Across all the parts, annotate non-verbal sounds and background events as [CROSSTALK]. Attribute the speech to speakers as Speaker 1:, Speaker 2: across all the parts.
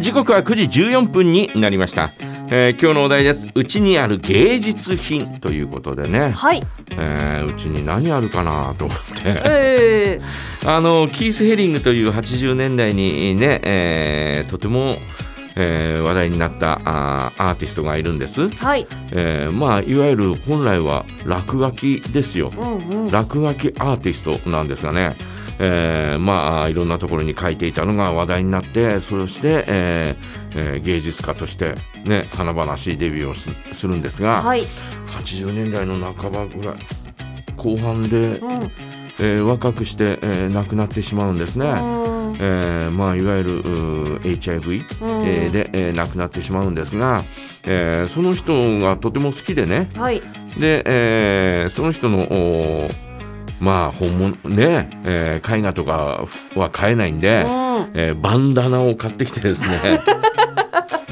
Speaker 1: 時刻は9時14分になりました、えー今日のお題ですうちにある芸術品ということでね、
Speaker 2: はい。
Speaker 1: えーうちに何あるかなと思って [LAUGHS]
Speaker 2: え
Speaker 1: あのキース・ヘリングという80年代にね、えーとても、えー話題になったあーアーティストがいるんです、
Speaker 2: ー、はい。
Speaker 1: えーまあいわゆる本来は落書きですよ
Speaker 2: うんうん。
Speaker 1: 落書きアーティストなんですがね、えーまあいろんなところに書いていたのが話題になってそして、えーえー芸術家としてね華々しいデビューをすするんですが、
Speaker 2: はい。
Speaker 1: 80年代の半ばぐらい後半で
Speaker 2: う、ん。う
Speaker 1: えー若くして、えー亡くなってしまうんですね。
Speaker 2: ん。
Speaker 1: えーまあ、いわゆるうー HIV、
Speaker 2: うん
Speaker 1: えーで、えー亡くなってしまうんですが、えーその人がとても好きでね
Speaker 2: はい。
Speaker 1: で、えーその人のおーまあ本物ね、えー絵画とかは買えないんで、
Speaker 2: うん。
Speaker 1: えーバンダナを買ってきてです
Speaker 2: [LAUGHS]
Speaker 1: ね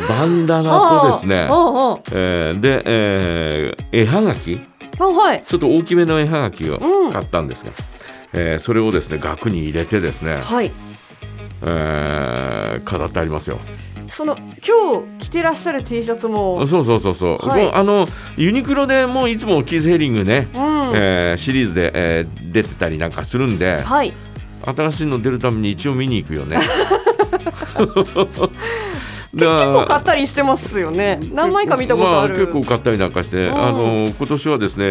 Speaker 1: バンダナとですね
Speaker 2: はあ、は
Speaker 1: えーで、えー絵はがき
Speaker 2: あはあはい。
Speaker 1: ちょっと大きめの絵はがきを
Speaker 2: うん
Speaker 1: 買ったんですが、えーそれをですね額に入れてですね、
Speaker 2: はい。
Speaker 1: えー飾ってありますよ。
Speaker 2: その今日着てらっしゃる T シャツも、
Speaker 1: そうそうそうそう。
Speaker 2: はい
Speaker 1: もうあのユニクロでもういつもキーズヘリングね、
Speaker 2: うん。
Speaker 1: えーシリーズで、えー出てたりなんかするんで、
Speaker 2: はい。
Speaker 1: 新しいの出るために一応見に行くよ
Speaker 2: [LAUGHS]
Speaker 1: ね。
Speaker 2: 結構買
Speaker 1: だ
Speaker 2: っ。たりしてますよね。何枚か見たことあ
Speaker 1: ま
Speaker 2: る。
Speaker 1: あ、結構買ったりなんかして、
Speaker 2: うん
Speaker 1: あの今年はですね、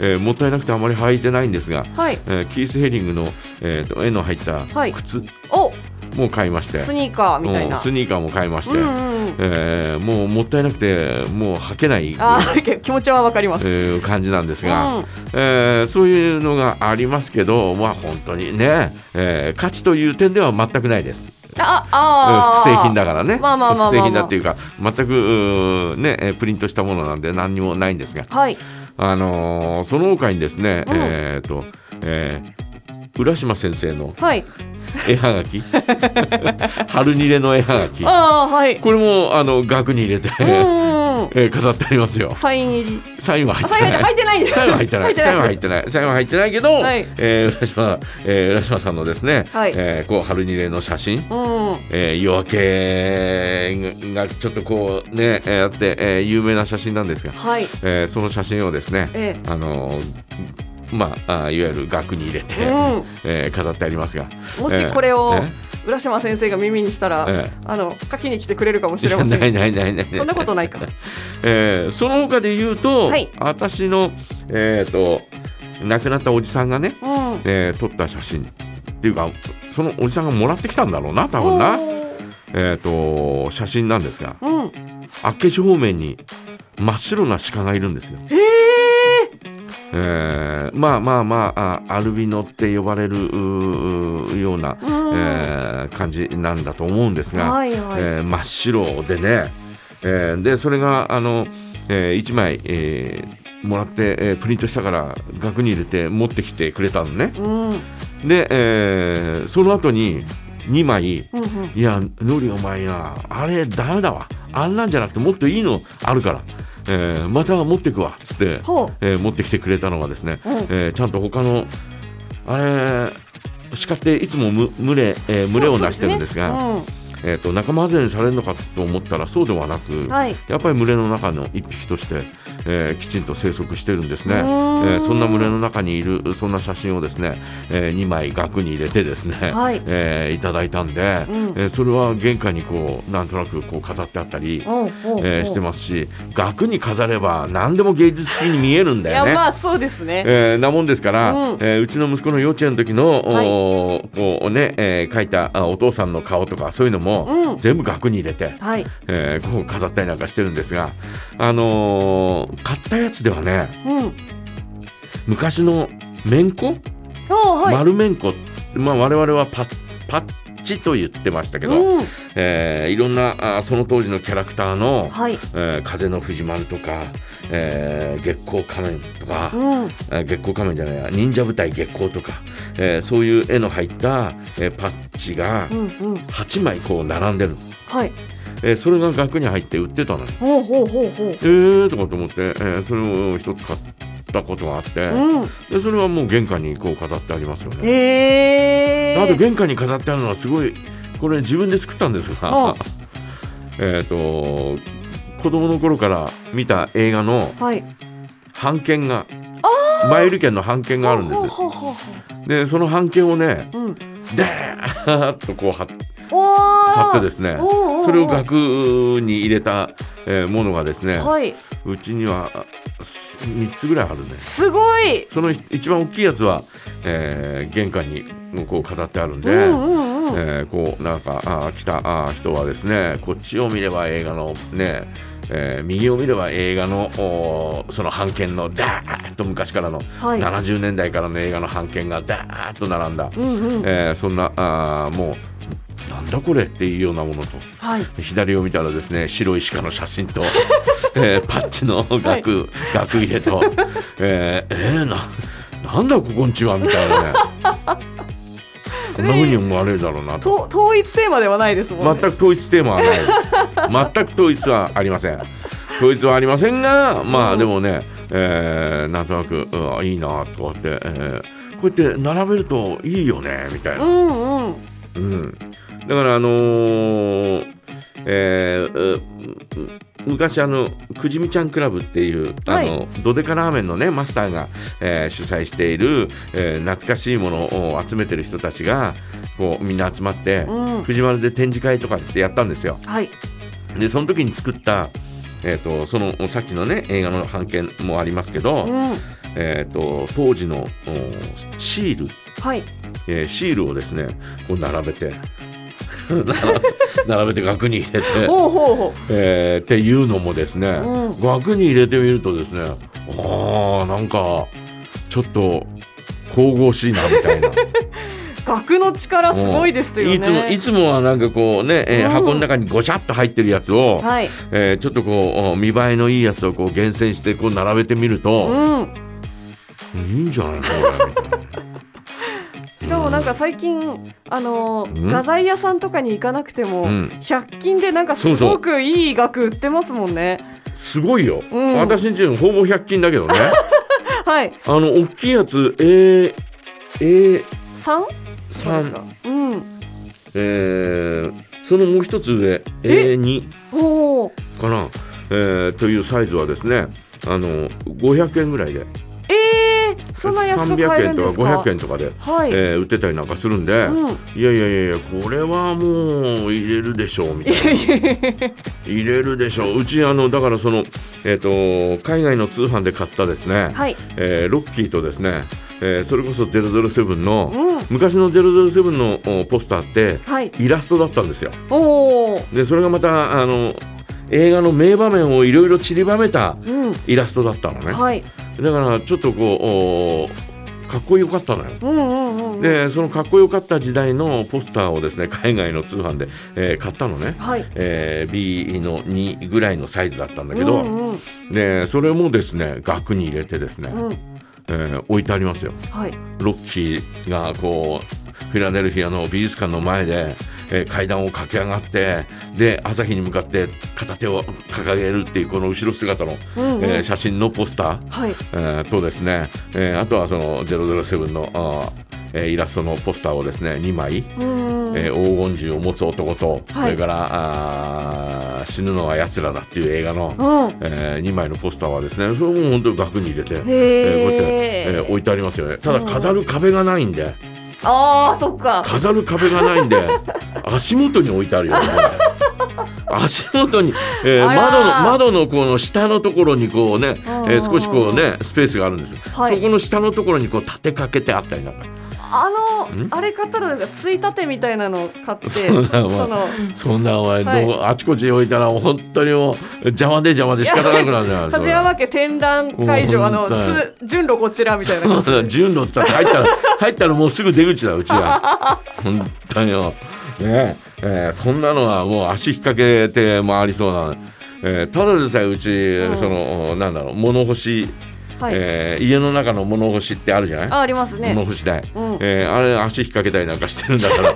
Speaker 1: えーもったいなくてあまり履いてないんですが、
Speaker 2: はい。
Speaker 1: えーキース・ヘリングの、えーと絵の入った
Speaker 2: はい
Speaker 1: 靴
Speaker 2: お、
Speaker 1: も買いまして、
Speaker 2: スニーカーみたい
Speaker 1: うん
Speaker 2: な。
Speaker 1: スニーカーも買いまして、
Speaker 2: うんうん。
Speaker 1: えーもうもったいなくてもう履けない、え
Speaker 2: あー、気持ちはわかります。
Speaker 1: ー感じなんですが、
Speaker 2: うん
Speaker 1: えーそういうのがありますけど、まあ、本当にね、えー価値という点では全くないです。
Speaker 2: あ、
Speaker 1: うん
Speaker 2: あー
Speaker 1: 複製品だからね、
Speaker 2: まあまあまあまあまあ
Speaker 1: 複製品だっていうか全くうーねえープリントしたものなんで何にもないんですが、
Speaker 2: はい。
Speaker 1: あのーその他にですね、
Speaker 2: うん
Speaker 1: えーとえー浦島先生の
Speaker 2: はい。
Speaker 1: 絵はがき [LAUGHS] 春にれの絵はがき
Speaker 2: ああ、はい。
Speaker 1: これもあの額に入れて、
Speaker 2: うんうん。
Speaker 1: えー飾ってありますよ。
Speaker 2: サイン入り。
Speaker 1: サインは入
Speaker 2: あ、
Speaker 1: って
Speaker 2: サイン
Speaker 1: な
Speaker 2: 入って
Speaker 1: い
Speaker 2: 入ってないんです。
Speaker 1: 最後入ってない。最後入っ
Speaker 2: って
Speaker 1: ない。最後入ってないけど、
Speaker 2: はい
Speaker 1: えー浦島、えー浦島さんのですね、
Speaker 2: はい
Speaker 1: えーこう春にれの写真。
Speaker 2: てない。うん。
Speaker 1: えー夜明けがちょっとこうね、えーあって、えー有名な写真なんですが、
Speaker 2: はい。
Speaker 1: えーその写真をですね、
Speaker 2: え
Speaker 1: あのーまああーいわゆる額に入れて、
Speaker 2: うん
Speaker 1: えー飾ってありますが、
Speaker 2: もしこれを
Speaker 1: え
Speaker 2: 浦島先生が耳にしたら、
Speaker 1: ええ
Speaker 2: あの書きに来てくれるかもし
Speaker 1: い
Speaker 2: れ
Speaker 1: や
Speaker 2: ません。
Speaker 1: ないないないない。
Speaker 2: そんなこと
Speaker 1: [LAUGHS]
Speaker 2: ないか。
Speaker 1: えーその他で言うと、
Speaker 2: はい
Speaker 1: 私のえっ、と亡くなったおじさんがね、
Speaker 2: うん。
Speaker 1: えー撮った写真っていうかそのおじさんがもらってきたんだろうな多分な、えー、と写真なんですが
Speaker 2: おー。うん。
Speaker 1: 厚岸方面に真っ白な鹿がいるんですよ。
Speaker 2: へえ。
Speaker 1: えーまあまあまああアルビノって呼ばれるうーような、
Speaker 2: うん
Speaker 1: えー感じなんだと思うんですが、
Speaker 2: はいはい
Speaker 1: えー真っ白でね、えーでそれがあの、え1枚、えーもらって、えープリントしたから額に入れて持ってきてくれたのね。
Speaker 2: うん。うん
Speaker 1: で、えーその後に2枚
Speaker 2: うん。
Speaker 1: いや、のりお前な、あれダメだわ。あんなんじゃなくてもっといいのあるから。えーまた持ってくわ。つって、
Speaker 2: ほ
Speaker 1: えー持ってきてくれたのはですね、
Speaker 2: うん
Speaker 1: えーちゃんと他の、あれ、鹿っていつもむ群れ、えー
Speaker 2: う。
Speaker 1: 群れをなしてるんですが、
Speaker 2: そう
Speaker 1: えーと仲間外れにされるのかと思ったらそうではなく、
Speaker 2: ねうんはい。
Speaker 1: やっぱり群れの中の一匹として、えーきちんと生息してるんですね、え
Speaker 2: うーん
Speaker 1: ーそんな群れの中にいるそんな写真をですね、え2枚額に入れてですね、
Speaker 2: はい
Speaker 1: えーいただいたんで、
Speaker 2: うん
Speaker 1: えーそれは玄関にこうなんとなくこう飾ってあったり、
Speaker 2: おうおうおう
Speaker 1: えーしてますし額に飾れば何でも芸術的に見えるん
Speaker 2: い
Speaker 1: だ
Speaker 2: や
Speaker 1: よね。
Speaker 2: まあそうですね。
Speaker 1: えーなもんですから、
Speaker 2: うん
Speaker 1: えーうちの息子の幼稚園の時の、
Speaker 2: は
Speaker 1: お
Speaker 2: い
Speaker 1: ーこうね、えー描いたあお父さんの顔とかそういうのも、
Speaker 2: うん
Speaker 1: 全部額に入れて、
Speaker 2: はい。
Speaker 1: えーこう飾ったりなんかしてるんですが、あのー買ったやつではね
Speaker 2: うん。
Speaker 1: 昔の綿子、
Speaker 2: おうはい。
Speaker 1: 丸綿子、まあ、我々はパッパッチと言ってましたけど、
Speaker 2: うん。
Speaker 1: えーいろんなあその当時のキャラクターの「
Speaker 2: はい。
Speaker 1: えー風の藤丸」とか、えー月光仮面」とか。
Speaker 2: うん。
Speaker 1: えー月光仮面じゃないや忍者部隊月光とか、えーそういう絵の入った、えーパッチが
Speaker 2: うんうん。
Speaker 1: 8枚こう並んでる、
Speaker 2: はい。
Speaker 1: えーそれが額に入って売ってたのよ
Speaker 2: ほうほうほうほう。
Speaker 1: えーとかと思って、えーそれを一つ買ったことがあって、
Speaker 2: うん。
Speaker 1: でそれはもう玄関にこう飾ってありますよね。
Speaker 2: ええ。
Speaker 1: あと玄関に飾ってあるのはすごいこれ自分で作ったんですが、 [LAUGHS] えっ、と子供の頃から見た映画の
Speaker 2: はい。
Speaker 1: 版権が前売り券の版権があるんですよ
Speaker 2: ほうほうほうほ
Speaker 1: でその版権をね
Speaker 2: う。うん。
Speaker 1: でーっ [LAUGHS] とこう貼っ
Speaker 2: おー
Speaker 1: 貼ってですね
Speaker 2: おーおーおー
Speaker 1: それを額に入れた、えーものがですね、
Speaker 2: はい。
Speaker 1: うちには3つぐらいあるんです
Speaker 2: すごい。
Speaker 1: その一一番大きいやつは、えー玄関にこう飾ってあるんで、
Speaker 2: うんうんうん。
Speaker 1: えーこうなんかあー来たあー人はですねこっちを見れば映画のね、えー右を見れば映画のおーその版権のダーッと昔からの、
Speaker 2: はい。
Speaker 1: 70年代からの映画の版権がダーッと並んだ、
Speaker 2: うんうん。
Speaker 1: えーそんなあーもうなんだこれっていうようなものと。
Speaker 2: はい。
Speaker 1: 左を見たらですね白い鹿の写真と、
Speaker 2: [LAUGHS]
Speaker 1: えーパッチの額、
Speaker 2: はい
Speaker 1: 額入れと、えーえーななんだここんちはみたいなねそんな風に思われるだろうなと
Speaker 2: と統一テーマではないですもん
Speaker 1: 全く
Speaker 2: ね。
Speaker 1: 統一テーマはないです全く統一はありません統一はありませんがまあでもね、えーなんとなくうわいいなとかって、えーこうやって並べるといいよねみたいな
Speaker 2: う。んうん。
Speaker 1: うん、だからあのーえーうう昔あのくじみちゃんクラブっていう、
Speaker 2: はい
Speaker 1: あのドデカラーメンのねマスターが、えー主催している、えー懐かしいものを集めてる人たちがこうみんな集まって、
Speaker 2: うん。
Speaker 1: 藤丸で展示会とかってやったんですよ。
Speaker 2: はい。
Speaker 1: でその時に作ったえー、とそのさっきのね映画の版権もありますけ
Speaker 2: う
Speaker 1: ど、
Speaker 2: ん。
Speaker 1: えー、と当時のおシール
Speaker 2: はい。
Speaker 1: えーシールをですねこう並べて [LAUGHS] 並べて額に入れて、
Speaker 2: ほうほうほ
Speaker 1: えーっていうのもですね、
Speaker 2: うん
Speaker 1: 額に入れてみるとですねあーなんかちょっと神々しいなみたい
Speaker 2: [LAUGHS]
Speaker 1: な。
Speaker 2: う。額の力すごいですよね。
Speaker 1: いつもいつもはなんかこうね、えー
Speaker 2: うん
Speaker 1: 箱の中にごしゃっと入ってるやつを、
Speaker 2: はい。
Speaker 1: えーちょっとこう見栄えのいいやつをこう厳選してこう並べてみる
Speaker 2: う
Speaker 1: と、
Speaker 2: ん。
Speaker 1: いいんじゃないかなみたいな。
Speaker 2: しかもなんか最近あの
Speaker 1: うん
Speaker 2: ー画材屋さんとかに行かなくても、
Speaker 1: うん
Speaker 2: 100均でなんかす
Speaker 1: そうそ
Speaker 2: ごくいい額売ってますもんね。
Speaker 1: すごいよ、
Speaker 2: うん
Speaker 1: 私んちのほぼ100均だけどね。
Speaker 2: はい。
Speaker 1: あの大きいやつ A A
Speaker 2: 三？そうで
Speaker 1: 三
Speaker 2: すか。うん。
Speaker 1: えーそのもう一つ上 A 2
Speaker 2: おお。
Speaker 1: かな、えーというサイズはですねあの500円ぐらいで
Speaker 2: ええー、そんな安く買え
Speaker 1: 300
Speaker 2: る
Speaker 1: 円
Speaker 2: んで
Speaker 1: と
Speaker 2: すか。
Speaker 1: か500円とかで、
Speaker 2: はい。
Speaker 1: えー売ってたりなんかするんで、
Speaker 2: う
Speaker 1: い
Speaker 2: ん。
Speaker 1: やいやいやいやこれはもう入れるでしょうみたいな。
Speaker 2: [LAUGHS]
Speaker 1: 入れるでしょううちあのだからその、えー、と海外の通販で買ったですね、
Speaker 2: はい。
Speaker 1: えーロッキーとですね、えーそれこそ007の、
Speaker 2: うん。
Speaker 1: 昔の007のおポスターって
Speaker 2: はい。
Speaker 1: イラストだったんですよ
Speaker 2: おお。
Speaker 1: でそれがまたあの映画の名場面をいろいろ散りばめた
Speaker 2: うん。
Speaker 1: イラストだったのねだか
Speaker 2: はい。
Speaker 1: らちょっとこうおかっこよかったのよ
Speaker 2: うんうんうんうん。
Speaker 1: でそのかっこよかった時代のポスターをですね海外の通販で、えー買ったのね、
Speaker 2: はい。
Speaker 1: えー B の2ぐらいのサイズだったんだけ
Speaker 2: う
Speaker 1: ど、
Speaker 2: んうん
Speaker 1: でそれもですね額に入れてですね、
Speaker 2: うん。
Speaker 1: えー置いてありますよ
Speaker 2: はい。
Speaker 1: ロッキーがこうフィラデルフィアの美術館の前で、えー階段を駆け上がってで朝日に向かって片手を掲げるっていうこの後ろ姿の、
Speaker 2: うんうん。
Speaker 1: えー写真のポスター、
Speaker 2: はい。
Speaker 1: えーとですね、えーあとはその007のあー、えーイラストのポスターをですね2枚、
Speaker 2: うんうん。
Speaker 1: えー黄金銃を持つ男と、
Speaker 2: はい
Speaker 1: それからあー死ぬのは奴らだっていう映画の、
Speaker 2: うん。
Speaker 1: え2枚のポスターはですねそれも本当に額に入れて。えーこうやって、
Speaker 2: へ
Speaker 1: えー
Speaker 2: え。
Speaker 1: 置いてありますよねただ
Speaker 2: うん
Speaker 1: 飾る壁がないんで、
Speaker 2: ああ、そっか。
Speaker 1: 飾る壁がないん
Speaker 2: [LAUGHS]
Speaker 1: で足元に置いてあるよね足元に、えー
Speaker 2: あら
Speaker 1: 窓の窓のこの下のところにこうね、
Speaker 2: うんうんうん
Speaker 1: えー少しこうねスペースがあるんです、
Speaker 2: はい
Speaker 1: そこの下のところにこう立てかけてあったりなんか
Speaker 2: あの
Speaker 1: ん
Speaker 2: あれ買ったらなんかついたてみたいなの買っ
Speaker 1: [LAUGHS]
Speaker 2: て
Speaker 1: そ
Speaker 2: そう
Speaker 1: だわ
Speaker 2: の
Speaker 1: そんなお前、
Speaker 2: はい
Speaker 1: どうあちこちに置いたら本当にもう邪魔で邪魔で仕方なくなるじゃないです
Speaker 2: 梶山家展覧会場あの
Speaker 1: うん
Speaker 2: つ順路こちらみたいな感じ
Speaker 1: [LAUGHS] そうだ順路って言ったら入った
Speaker 2: [LAUGHS]
Speaker 1: ら入ったらもうすぐ出口だうちは本当によ、ねえーそんなのはもう足引っ掛けて回りそうな、えーただでさえうち、
Speaker 2: ん
Speaker 1: そのなんだろう物干し、
Speaker 2: はい、
Speaker 1: えー家の中の物干しってあるじゃない
Speaker 2: ああります
Speaker 1: 物
Speaker 2: ね
Speaker 1: 干し台、
Speaker 2: うん
Speaker 1: えーあれ足引っ掛けたりなんかしてるんだから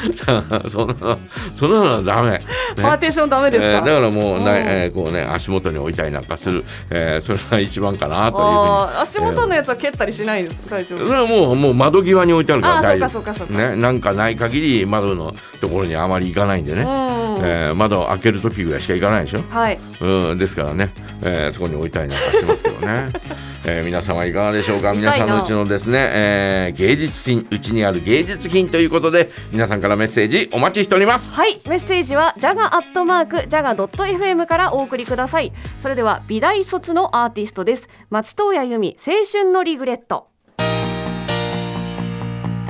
Speaker 1: [LAUGHS] そんなのそんなのはダメ、ね
Speaker 2: パーテーションダメですか、
Speaker 1: えーだからもう
Speaker 2: うん
Speaker 1: ない、えーこうね足元に置いたりなんかする、えーそれが一番かなというふうに
Speaker 2: あー足元のやつは蹴ったりしないんです会長
Speaker 1: それはもうもう窓際に置いてあるから
Speaker 2: あー
Speaker 1: 大丈
Speaker 2: そうかそうかそう
Speaker 1: 夫
Speaker 2: か
Speaker 1: ねなんかない限り窓のところにあまり行かないんでね、
Speaker 2: うん
Speaker 1: えー窓を開ける時ぐらいしか行かないでしょ、
Speaker 2: はい
Speaker 1: うん、ですからね、えーそこに置いたりなんかしてますけど [LAUGHS] ね、えー皆様いかがでしょうか皆さんのうちのですね、えー芸術品うちにある芸術品ということで皆さんからメッセージお待ちしております
Speaker 2: はい、メッセージはジャガアットマークジャガドット FM からお送りください。それでは美大卒のアーティストです。松任谷由実青春のリグレット。